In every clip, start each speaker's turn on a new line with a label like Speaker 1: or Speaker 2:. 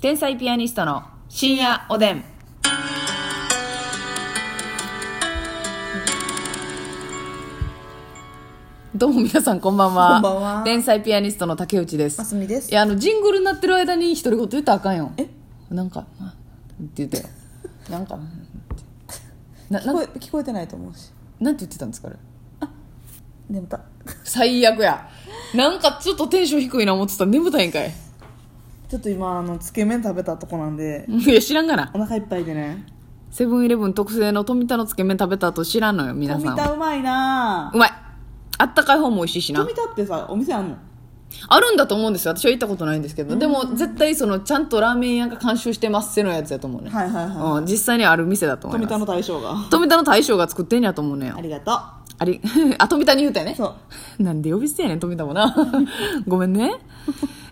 Speaker 1: 天才ピアニストの深夜おでん。どうも皆さんこんばんは。
Speaker 2: こんばんは
Speaker 1: 天才ピアニストの竹内です。
Speaker 2: ますみです
Speaker 1: いや、あの、ジングルになってる間に独り言言ったらあかんよ。
Speaker 2: え
Speaker 1: なんか、あって言 ったよ。なんか、な、な
Speaker 2: 聞
Speaker 1: ん
Speaker 2: こえ聞こえてないと思うし
Speaker 1: なんて言ってたんですかあれ。
Speaker 2: 眠た
Speaker 1: 最悪や。なんかちょっとテンション低いな思ってたら眠たいんかい。
Speaker 2: ちょっと今あのつけ麺食べたとこなんで
Speaker 1: いや、知らんがな。
Speaker 2: お腹いっぱいでね
Speaker 1: セブンイレブン特製の富田のつけ麺食べた後知らんのよ、皆
Speaker 2: 富
Speaker 1: さんは。
Speaker 2: 田うまいな
Speaker 1: うまい。あったかい方も美味しいしな
Speaker 2: 富。田ってさお店あんの
Speaker 1: あるんだと思うんですよ。私は行ったことないんですけど。でも、絶対その、ちゃんとラーメン屋が監修してますせのやつやと思うね。
Speaker 2: はいはいは
Speaker 1: うん、実際にある店だと
Speaker 2: い
Speaker 1: 思い
Speaker 2: 富
Speaker 1: ま
Speaker 2: 田
Speaker 1: す。
Speaker 2: の大将が
Speaker 1: 富田の大将が作ってんやと思うねん
Speaker 2: ありがと
Speaker 1: あり、 あ、富田に言うたよね
Speaker 2: う。そう
Speaker 1: なんで呼び捨てやねん、富田も な。ごめんね。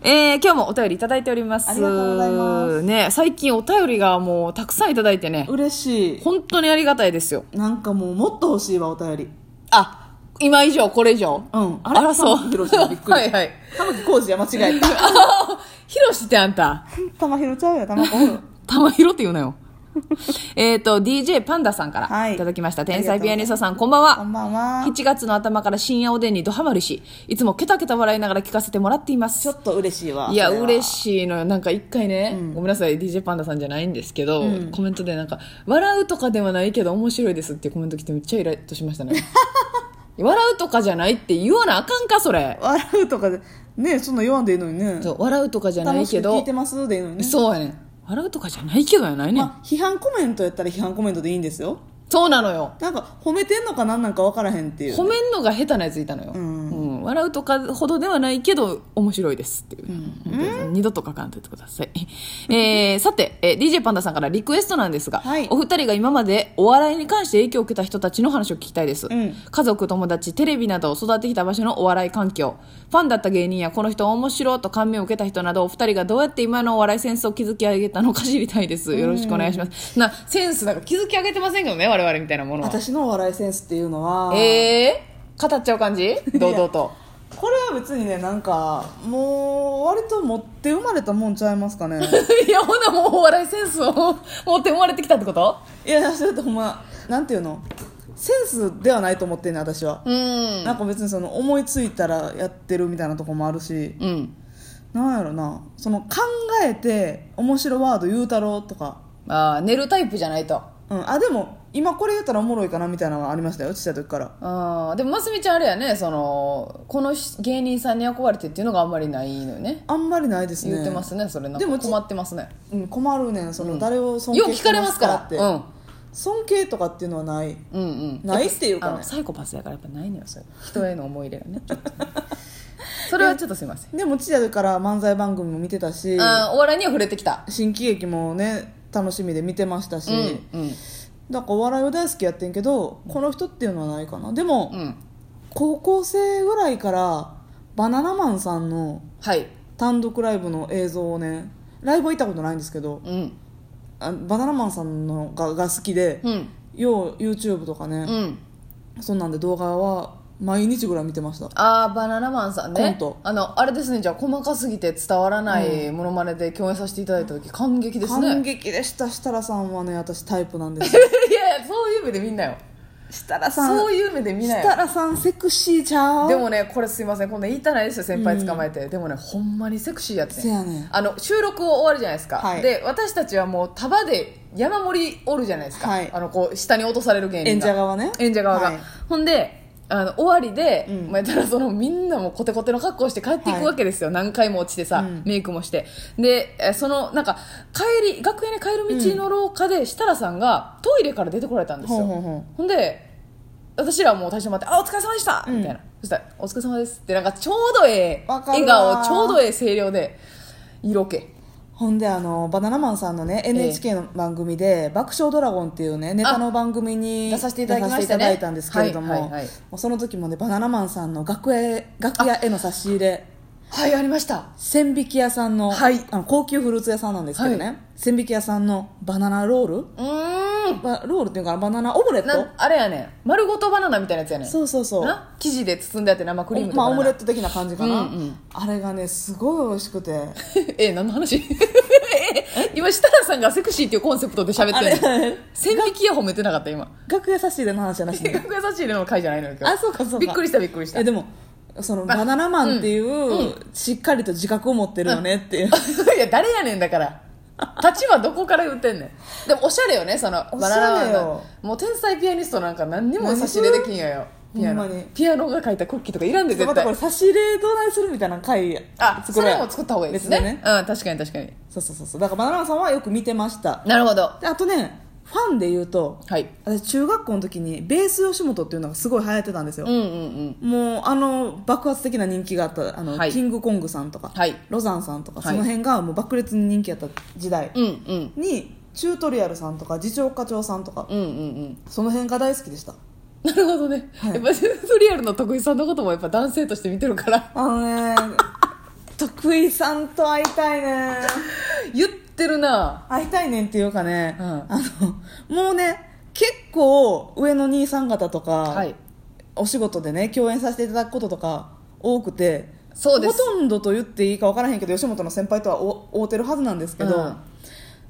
Speaker 1: えー、今日もお便りいただいております。
Speaker 2: ありがとうございます
Speaker 1: ね、最近お便りがもうたくさんいただいてね、
Speaker 2: 嬉しい
Speaker 1: 本当にありがたいですよ。
Speaker 2: なんかもうもっと欲しいわお便り
Speaker 1: あ、今以上、これ以上。
Speaker 2: うん
Speaker 1: あらそう。
Speaker 2: 玉木宏がびっくり
Speaker 1: はいはい。
Speaker 2: 玉木浩二は間 違えた
Speaker 1: ひろしってあんた、
Speaker 2: 玉ひろちゃうよ玉子
Speaker 1: 玉ひろって言う なよ。えっと、DJ パンダさんか
Speaker 2: は
Speaker 1: ら
Speaker 2: い
Speaker 1: いただきました。
Speaker 2: ありがと
Speaker 1: 天
Speaker 2: うございます
Speaker 1: 才ピアニストさん、こんばんは。
Speaker 2: こんばんは
Speaker 1: 7月の頭から深夜おでんにドハマりし、いつもケタケタ笑いながら聞かせてもらっています。
Speaker 2: ちょっと嬉しいわ
Speaker 1: いや、
Speaker 2: それは
Speaker 1: 嬉しいのよ。なんか一回ね、
Speaker 2: うん
Speaker 1: ごめんなさい、DJ パンダさんじゃないんですけど、
Speaker 2: うん
Speaker 1: コメントでなんか、笑うとかではないけど面白いですっていうコメント来てめっちゃイラッとしました ね。笑うとかじゃないって言わなあかんか、それ。
Speaker 2: 笑うとかでねそんな言わんでいいのにね
Speaker 1: そう、笑うとかじゃない
Speaker 2: 楽し
Speaker 1: け
Speaker 2: く聞
Speaker 1: ど
Speaker 2: い、てますでいいのにね
Speaker 1: そうやねん。笑うとかじゃないけどやないねん。
Speaker 2: まあ、批判コメントやったら批判コメントでいいんですよ
Speaker 1: そうなのよ。
Speaker 2: なんか褒めてんのかなんなんか分からへんっていう
Speaker 1: 褒めんのが下手なやついたのよ、
Speaker 2: うん
Speaker 1: う笑うとかほどではないけど面白いですっていう、本当に二度と書かんといてください、 えー、さて、えー DJ パンダさんからリクエストなんですが、
Speaker 2: はい
Speaker 1: お二人が今までお笑いに関して影響を受けた人たちの話を聞きたいです、
Speaker 2: うん
Speaker 1: 家族友達テレビなどを育ってきた場所のお笑い環境ファンだった芸人やこの人面白いと感銘を受けた人などお二人がどうやって今のお笑いセンスを築き上げたのか知りたいですよろしくお願いしますなセンスなんか築き上げてませんけどね我々みたいなものは
Speaker 2: 私のお笑いセンスっていうのは、
Speaker 1: えー、語っちゃう感じ堂々と。
Speaker 2: これは別にねなんかもう割と持って生まれたもんちゃいます かね
Speaker 1: いや、ほなもうお笑いセンスを持って生まれてきたってこと
Speaker 2: いやそれってほんまなんていうのセンスではないと思ってんね私は、
Speaker 1: うん。
Speaker 2: なんか別にその思いついたらやってるみたいなとこもあるし
Speaker 1: うん。
Speaker 2: なんやろなその考えて面白ワード言うたろうとか、
Speaker 1: ああ、寝るタイプじゃないと。
Speaker 2: うん、あでも今これ言ったらおもろいかなみたいなのはありましたよちっちゃい時から
Speaker 1: あーでも、ますみちゃんあれやね、その、このし芸人さんに憧れてっていうのがあんまりないのよね。
Speaker 2: あんまりないですね
Speaker 1: 言ってますね、それなん
Speaker 2: で
Speaker 1: か
Speaker 2: もち
Speaker 1: 困ってますね。
Speaker 2: うん、困るねんその、誰を尊
Speaker 1: よう
Speaker 2: 敬
Speaker 1: 聞かれますから。
Speaker 2: って、
Speaker 1: うん。
Speaker 2: 尊敬とかっていうのはない
Speaker 1: うんうん。
Speaker 2: ないっていう
Speaker 1: あ
Speaker 2: か
Speaker 1: の
Speaker 2: ね
Speaker 1: サイコパスやからやっぱないのよ、 それ。人への思い入れがね。きっとねそれはちょっとすいません。
Speaker 2: でもちっちゃい時から漫才番組も見てたし
Speaker 1: あーお笑いには触れてきた。
Speaker 2: 新喜劇もね楽しみで見てましたし、
Speaker 1: うん。うん。
Speaker 2: だからお笑いを大好きやってんけどこの人っていうのはないかなでも、
Speaker 1: うん。
Speaker 2: 高校生ぐらいからバナナマンさんの
Speaker 1: はい。
Speaker 2: 単独ライブの映像をねライブは行ったことないんですけど
Speaker 1: うん。
Speaker 2: あバナナマンさんのがが好きで、
Speaker 1: うん。
Speaker 2: よう YouTube とか
Speaker 1: う
Speaker 2: ね、
Speaker 1: ん。
Speaker 2: そんなんで動画は毎日ぐらい見てました
Speaker 1: あーバナナマンさんね
Speaker 2: コント
Speaker 1: あのあれですねじゃあ細かすぎて伝わらないものまねで共演させていただいた時感激ですね
Speaker 2: 感激でした設楽さんはね私タイプなんですよ
Speaker 1: いやいやそういう目で見んなよ
Speaker 2: 設楽さん
Speaker 1: そういう目で 見な
Speaker 2: 設
Speaker 1: よ
Speaker 2: 楽さんセクシーちゃう
Speaker 1: でもねこれすいませんこんなん言いたないですよ先輩捕まえて、でもねほんまにセクシーやって
Speaker 2: せやねん
Speaker 1: あの収録を終わるじゃないですか、
Speaker 2: はい
Speaker 1: で私たちはもう束で山盛りおるじゃないですか、
Speaker 2: はい
Speaker 1: あのこう下に落とされる芸人が
Speaker 2: 演者側ね
Speaker 1: 演者側が、
Speaker 2: はい
Speaker 1: ほんであの終わりで、
Speaker 2: うん
Speaker 1: まあ、たらそのみんなもコテコテの格好をして帰っていくわけですよ、何回も落ちてさ、
Speaker 2: うん
Speaker 1: メイクもしてでえそのなんか帰り楽屋に帰る道の廊下で設楽さんがトイレから出てこられたんですよ、
Speaker 2: ほうほうほ
Speaker 1: ほんで私らもう大将待って「あお疲れ様でした!」みたいな、そしたら「お疲れ様です」ってなんかちょうどええ
Speaker 2: わかる
Speaker 1: 笑
Speaker 2: わ
Speaker 1: 顔ちょうどええ声量で色気
Speaker 2: ほんであのバナナマンさんのね NHK の番組で「爆笑ドラゴン」っていうねネタの番組に
Speaker 1: 出させていただきましたね
Speaker 2: 出させていただいたんですけれども、
Speaker 1: はいはいはい
Speaker 2: もうその時もねバナナマンさんの楽屋へ楽屋への差し入れ
Speaker 1: はいありました
Speaker 2: 千引き屋さんの,、
Speaker 1: はい
Speaker 2: あの高級フルーツ屋さんなんですけどね、
Speaker 1: はい
Speaker 2: 千引き屋さんのバナナロール
Speaker 1: うーん
Speaker 2: バロールっていうのかなバナナオムレッ
Speaker 1: な
Speaker 2: ト
Speaker 1: あれやね丸ごとバナナみたいなやつやね
Speaker 2: そうそうそう
Speaker 1: な生地で包んであって生クリームと
Speaker 2: まあ、
Speaker 1: バ
Speaker 2: オ
Speaker 1: ナ
Speaker 2: ムレ ッ
Speaker 1: ナ
Speaker 2: ト的な感じかな、
Speaker 1: うんうん
Speaker 2: あれがねすごい美味しくて
Speaker 1: え何の話え今設楽さんがセクシーっていうコンセプトで喋ってる
Speaker 2: あれ
Speaker 1: 線引きや褒めてなかった 今
Speaker 2: 楽屋差し入れの話じゃなし
Speaker 1: 性
Speaker 2: に
Speaker 1: 格優しいの回じゃないのよ今日
Speaker 2: あそうかそうか
Speaker 1: びっくりしたびっくりした
Speaker 2: えでもそのバナナマンっていう、しっかりと自覚を持ってるよねっていう、
Speaker 1: いや誰やねんだから立場どこから言ってんねんでもおしゃれよねその
Speaker 2: おし
Speaker 1: バナナ
Speaker 2: ゃ
Speaker 1: マ
Speaker 2: れよ
Speaker 1: ンのもう天才ピアニストなんか何にも差し入れできんやよピア
Speaker 2: ほ
Speaker 1: ノ
Speaker 2: んまに
Speaker 1: ピアノが書いたクッキーとかいらんで
Speaker 2: ま
Speaker 1: 絶
Speaker 2: たこれ
Speaker 1: 対
Speaker 2: 差し入れどないするみたいな回
Speaker 1: あそ
Speaker 2: ろう
Speaker 1: れ
Speaker 2: や
Speaker 1: も作った方がいいです
Speaker 2: 別
Speaker 1: ね
Speaker 2: で
Speaker 1: うん確かに確かに
Speaker 2: そうそうそうそうだからバナナマンさんはよく見てました
Speaker 1: なるほど
Speaker 2: であとねファンで言うと
Speaker 1: はい
Speaker 2: 私中学校の時にベース吉本っていうのがすごい流行ってたんですよ
Speaker 1: うん、うんうん
Speaker 2: もうあの爆発的な人気があったあの、
Speaker 1: はい
Speaker 2: キングコングさんとか、
Speaker 1: はい
Speaker 2: ロザンさんとか
Speaker 1: は
Speaker 2: そ
Speaker 1: い
Speaker 2: の辺がもう爆裂に人気やった時代
Speaker 1: うんうん
Speaker 2: に、チュートリアルさんとか次長課長さんとか、
Speaker 1: うんうんうん
Speaker 2: その辺が大好きでした
Speaker 1: なるほどね、
Speaker 2: はい
Speaker 1: やっぱセンスリアルの徳井さんのこともやっぱ男性として見てるから
Speaker 2: あのね徳井さんと会いたいね
Speaker 1: 言ってるな
Speaker 2: 会いたいねんっていうかね、
Speaker 1: うん
Speaker 2: あのもうね結構上の兄さん方とか、
Speaker 1: はい
Speaker 2: お仕事でね共演させていただくこととか多くて
Speaker 1: そうです
Speaker 2: ほとんどと言っていいか分からへんけど吉本の先輩とはお会うてるはずなんですけど、
Speaker 1: うん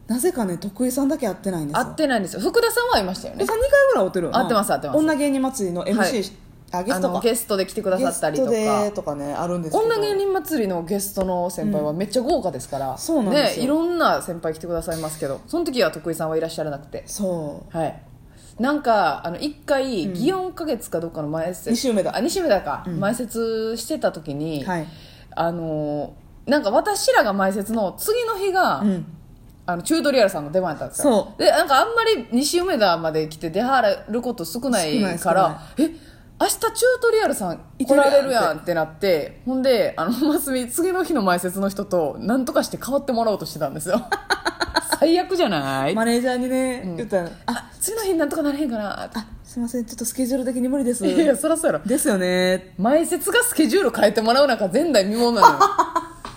Speaker 2: なぜかね徳井さんだけ会ってないんですよ
Speaker 1: 会ってないんですよ福田さんは会いましたよね
Speaker 2: 徳井さん2回ぐらい会うてるよな
Speaker 1: 会ってます会ってます
Speaker 2: 女芸人祭りの MC、
Speaker 1: はい
Speaker 2: あゲス
Speaker 1: あ
Speaker 2: トか
Speaker 1: のゲストで来てくださったりとか
Speaker 2: ゲストでとかねあるんですけど
Speaker 1: 女芸人祭りのゲストの先輩はめっちゃ豪華ですから、
Speaker 2: そうなんですよ
Speaker 1: ね、いろんな先輩来てくださいますけどその時は徳井さんはいらっしゃらなくて
Speaker 2: そう
Speaker 1: はいなんかあの1回祇園花月かどっかの前説
Speaker 2: 二週目だ
Speaker 1: あ二週目だか、前説してた時に、
Speaker 2: はい
Speaker 1: あのーなんか私らが前説の次の日が、
Speaker 2: うん
Speaker 1: あのチュートリアルさんの出番やったんですよ
Speaker 2: そ
Speaker 1: でなんかあんまり西梅田まで来て出払ること少ない
Speaker 2: 少ない
Speaker 1: からえ明日チュートリアルさん
Speaker 2: いて
Speaker 1: 来
Speaker 2: るやん
Speaker 1: られるやんってなってほんであのますみ次の日の前説の人と何とかして変わってもらおうとしてたんです よ最悪じゃない、
Speaker 2: マネージャーにね、言ったらあ
Speaker 1: あ次の日なんとかなれへんかなって
Speaker 2: あすいませんちょっとスケジュール的に無理です
Speaker 1: いやいやそらそうやろ
Speaker 2: ですよね
Speaker 1: 前説がスケジュール変えてもらうなんか前代未聞なの よ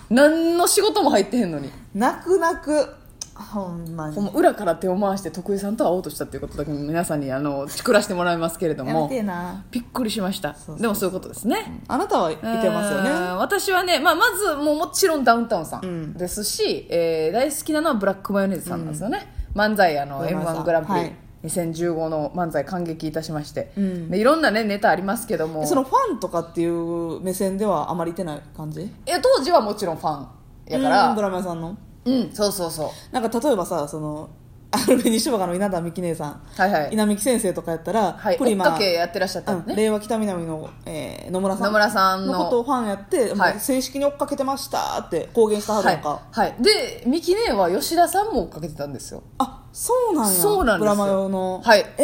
Speaker 1: 何の仕事も入ってへんのに
Speaker 2: 泣く泣くほんま
Speaker 1: ほん
Speaker 2: に
Speaker 1: ま裏から手を回して徳井さんと会おうとしたっていうことだけ皆さんにあのちくらしてもらいますけれど
Speaker 2: やめ
Speaker 1: も
Speaker 2: てえな
Speaker 1: びっくりしました
Speaker 2: そうそう
Speaker 1: でもそういうことですね、
Speaker 2: あなたはいてますよ
Speaker 1: う
Speaker 2: ね
Speaker 1: ーん私はね、まあ、まずもうもちろんダウンタウンさ
Speaker 2: うん
Speaker 1: んですし、えー大好きなのはブラックマヨネーズさんなんですよね、漫才あの
Speaker 2: ブラ
Speaker 1: m
Speaker 2: マヨさん
Speaker 1: 1グランプリ、
Speaker 2: はい
Speaker 1: 2015の漫才感激いたしまして、
Speaker 2: うん
Speaker 1: でいろんな、ね、ネタありますけども
Speaker 2: そのファンとかっていう目線ではあまりいてない感じ
Speaker 1: いや当時はもちろんファンやか
Speaker 2: うんド
Speaker 1: ら
Speaker 2: ラマ屋さんの
Speaker 1: うん、そうそうそう
Speaker 2: なんか例えばさそのアルベニシバカの稲田美希姉さん、
Speaker 1: はいはい、
Speaker 2: 稲美希先生とかやったら、
Speaker 1: はい、
Speaker 2: プリ
Speaker 1: 追っ
Speaker 2: マ
Speaker 1: かけやってらっしゃったのね、
Speaker 2: うん令和北南の、えー野村さん
Speaker 1: 野村さんの
Speaker 2: ことをファンやって、
Speaker 1: はい
Speaker 2: もう正式に追っかけてましたって公言したはず
Speaker 1: は
Speaker 2: やん
Speaker 1: い
Speaker 2: か、
Speaker 1: はい、でミキ姉は吉田さんも追っかけてたんですよ
Speaker 2: あそうなんや
Speaker 1: そうなんです
Speaker 2: ブラマヨの
Speaker 1: はい
Speaker 2: え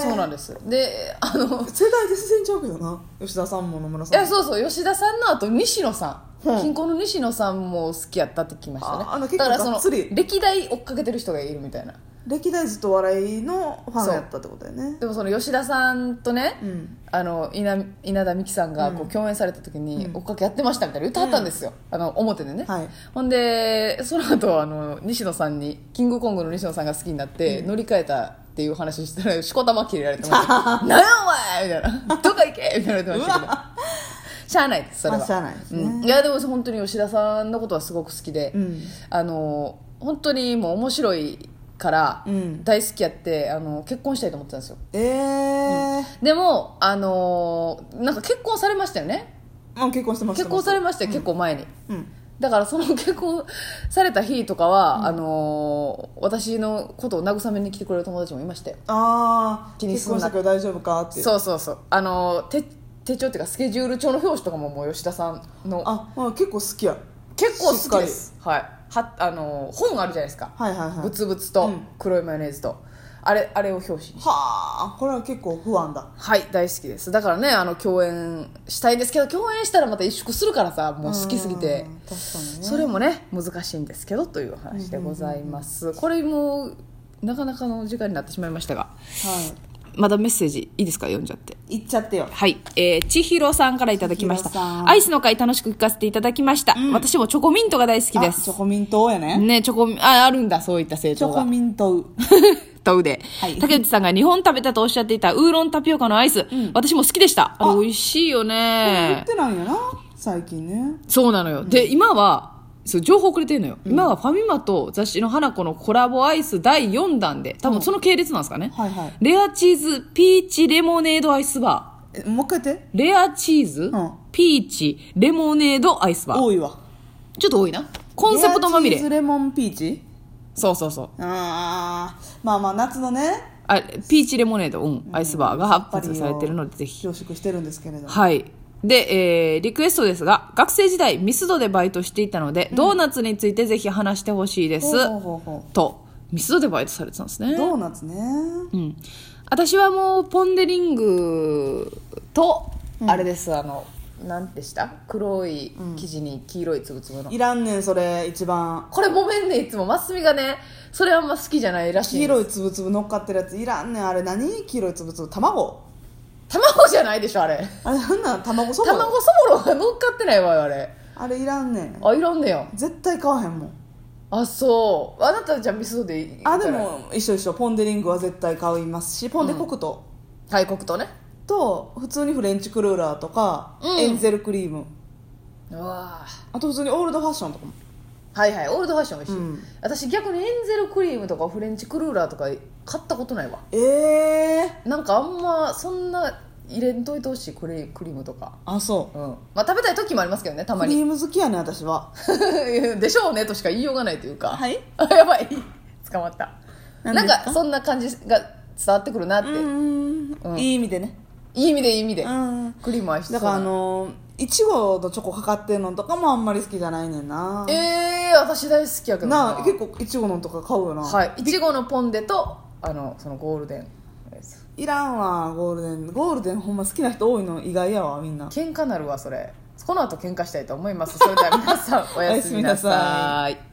Speaker 2: ー、
Speaker 1: そうなんですであの
Speaker 2: 世代で進んちゃうけどな吉田さんも野村
Speaker 1: い
Speaker 2: さん
Speaker 1: や
Speaker 2: も
Speaker 1: そうそう吉田さんのあと西野さん
Speaker 2: うん
Speaker 1: 近郊の西野さんも好きやったって聞きましたね
Speaker 2: ああの結
Speaker 1: だ
Speaker 2: 構
Speaker 1: からそ
Speaker 2: がっ
Speaker 1: の
Speaker 2: つり
Speaker 1: 歴代追っかけてる人がいるみたいな
Speaker 2: 歴代ずっと笑いのファンやったってことだよね
Speaker 1: でもその吉田さんとね、
Speaker 2: うん
Speaker 1: あの稲稲田美樹さんがこう共演された時に追っかけやってましたみたいな言ってはったんですよ、あの表でね、
Speaker 2: はい
Speaker 1: ほんでその後あの西野さんにキングコングの西野さんが好きになって乗り換えたっていう話したらしこたま切れら れてましたなんやお前!」みたいな「どこ行け!」みたいな言われてましたけどしゃあないですそれは、
Speaker 2: まあしゃあないですね
Speaker 1: うんいやでも本当に吉田さんのことはすごく好きで、
Speaker 2: うん
Speaker 1: あの本当にもう面白いから
Speaker 2: うん
Speaker 1: 大好きやってあの結婚したいと思ってたんですよ
Speaker 2: ええー
Speaker 1: でも、あのーなんか結婚されましたよね
Speaker 2: うん、結婚してます
Speaker 1: 結婚されましたよ、結構前に
Speaker 2: うん
Speaker 1: だからその結婚された日とかは、あのー私のことを慰めに来てくれる友達もいましたよ
Speaker 2: ああ
Speaker 1: 気に
Speaker 2: 結
Speaker 1: すん
Speaker 2: 婚し
Speaker 1: な
Speaker 2: たけど大丈夫かっていう
Speaker 1: そうそうそうあのー手手帳っていうかスケジュール帳の表紙とかももう吉田さんの
Speaker 2: あ、まあ、結構好きや
Speaker 1: 結構好きですはいはあのー本あるじゃないですか、
Speaker 2: はいはいはい
Speaker 1: ブツブツ
Speaker 2: う
Speaker 1: と
Speaker 2: ん
Speaker 1: 黒いマヨネーズと、あれあれを表紙に
Speaker 2: はあこれは結構不安だ
Speaker 1: はい大好きですだからねあの共演したいんですけど共演したらまた萎縮するからさもう好きすぎて
Speaker 2: うん確かにね
Speaker 1: それもね難しいんですけどというお話でございます、これもなかなかの時間になってしまいましたが
Speaker 2: は
Speaker 1: まだメッセージいいですか読んじゃって
Speaker 2: い行っちゃってよ
Speaker 1: はい、えー、千尋さんからいただきまし
Speaker 2: 千尋さ
Speaker 1: た
Speaker 2: ん
Speaker 1: アイスの会楽しく聞かせていただきました、私もチョコミントが大好きで
Speaker 2: あ
Speaker 1: す
Speaker 2: チョコミントやね
Speaker 1: ねチョコミああるんだそういった成
Speaker 2: チ
Speaker 1: 長
Speaker 2: ョコ
Speaker 1: が
Speaker 2: ミント
Speaker 1: と腕、
Speaker 2: はい
Speaker 1: 竹内さんが日本食べたとおっしゃっていたウーロンタピオカのアイス、私も好きでしたあれ美味しいよ
Speaker 2: 売
Speaker 1: ね
Speaker 2: ってないよな最近ね
Speaker 1: そうなのよ、で今はそう情報くれてるのよ、今はファミマと雑誌の花子のコラボアイス第4弾で多分その系列なんですかね、
Speaker 2: はいはい
Speaker 1: レアチーズピーチレモネードアイスバー
Speaker 2: えもう一回言って
Speaker 1: レアチーズ、
Speaker 2: うん
Speaker 1: ピーチレモネードアイスバー
Speaker 2: 多いわ
Speaker 1: ちょっと多いなコンセプトまみ
Speaker 2: レア
Speaker 1: れ
Speaker 2: チーズレモンピーチ
Speaker 1: そうそうそう
Speaker 2: あーまあまあ夏のね
Speaker 1: あピーチレモネード、うん、アイスバーが発
Speaker 2: やっぱ
Speaker 1: 発
Speaker 2: り
Speaker 1: されてるのでぜひ
Speaker 2: 凝縮してるんですけれども
Speaker 1: はい。で、えーリクエストですが、学生時代ミスドでバイトしていたので、ドーナツについてぜひ話してほしいです。
Speaker 2: ほうほうほうほ
Speaker 1: と、ミスドでバイトされてたんです
Speaker 2: う
Speaker 1: ね。
Speaker 2: ドーナツね
Speaker 1: うん。私はもう、ポンデリングと、
Speaker 2: うん
Speaker 1: あれです、あの、なんでした黒い生地に黄色いつぶつぶの。
Speaker 2: いらんねんそれ一番
Speaker 1: これごめんね、いつも。マスミがね、それあんま好きじゃないらしい
Speaker 2: 黄
Speaker 1: んです。
Speaker 2: 色いつぶつぶ乗っかってるやついらんねんあれ何黄色いつぶつぶ卵
Speaker 1: 卵じゃないでしょ、あれ。
Speaker 2: あれなんなん卵そば
Speaker 1: 卵そぼろが乗っかってないわよ、あれ。
Speaker 2: あれいらんねん
Speaker 1: あ、いらんねや。
Speaker 2: 絶対買わへんもん
Speaker 1: あそうあなたじゃあミスドでいい
Speaker 2: あでも一緒一緒ポン・デ・リングは絶対買いますしポン・デ・コクト
Speaker 1: 大国とね
Speaker 2: と普通にフレンチクルーラーとか、
Speaker 1: うん
Speaker 2: エンゼルクリーム
Speaker 1: うわ
Speaker 2: あと普通にオールドファッションとかも
Speaker 1: ーはいはいオールドファッション美味しい、
Speaker 2: うん
Speaker 1: 私逆にエンゼルクリームとかフレンチクルーラーとか買ったことないわ
Speaker 2: ええ
Speaker 1: なんかあんまそんな入れんといてほしいクレクリームとか
Speaker 2: あそ
Speaker 1: うんまあ食べたい時もありますけどねた
Speaker 2: う
Speaker 1: ま
Speaker 2: クリ
Speaker 1: に
Speaker 2: ーム好きやね私は
Speaker 1: でしょうねとしか言いようがないというか
Speaker 2: はい
Speaker 1: あ やばい捕まった
Speaker 2: 何
Speaker 1: なん
Speaker 2: ですか
Speaker 1: かそんな感じが伝わってくるなって、
Speaker 2: うん、
Speaker 1: うん
Speaker 2: いい意味でね
Speaker 1: いい意味でいい意味で、
Speaker 2: うん
Speaker 1: クリーム愛して
Speaker 2: だ
Speaker 1: そう
Speaker 2: から
Speaker 1: な
Speaker 2: あのいちごのチョコかかってんのとかもあんまり好きじゃないねんな
Speaker 1: ええー、私大好きやけど
Speaker 2: なあ結構いちごのとか買うよな、
Speaker 1: はい、いちごのポンデとあのそのゴールデン
Speaker 2: いらんわゴールデンゴールデンほんま好きな人多いの意外やわみんな
Speaker 1: 喧嘩なるわそれこの後喧嘩したいと思いますそれでは皆さんおやすみなさい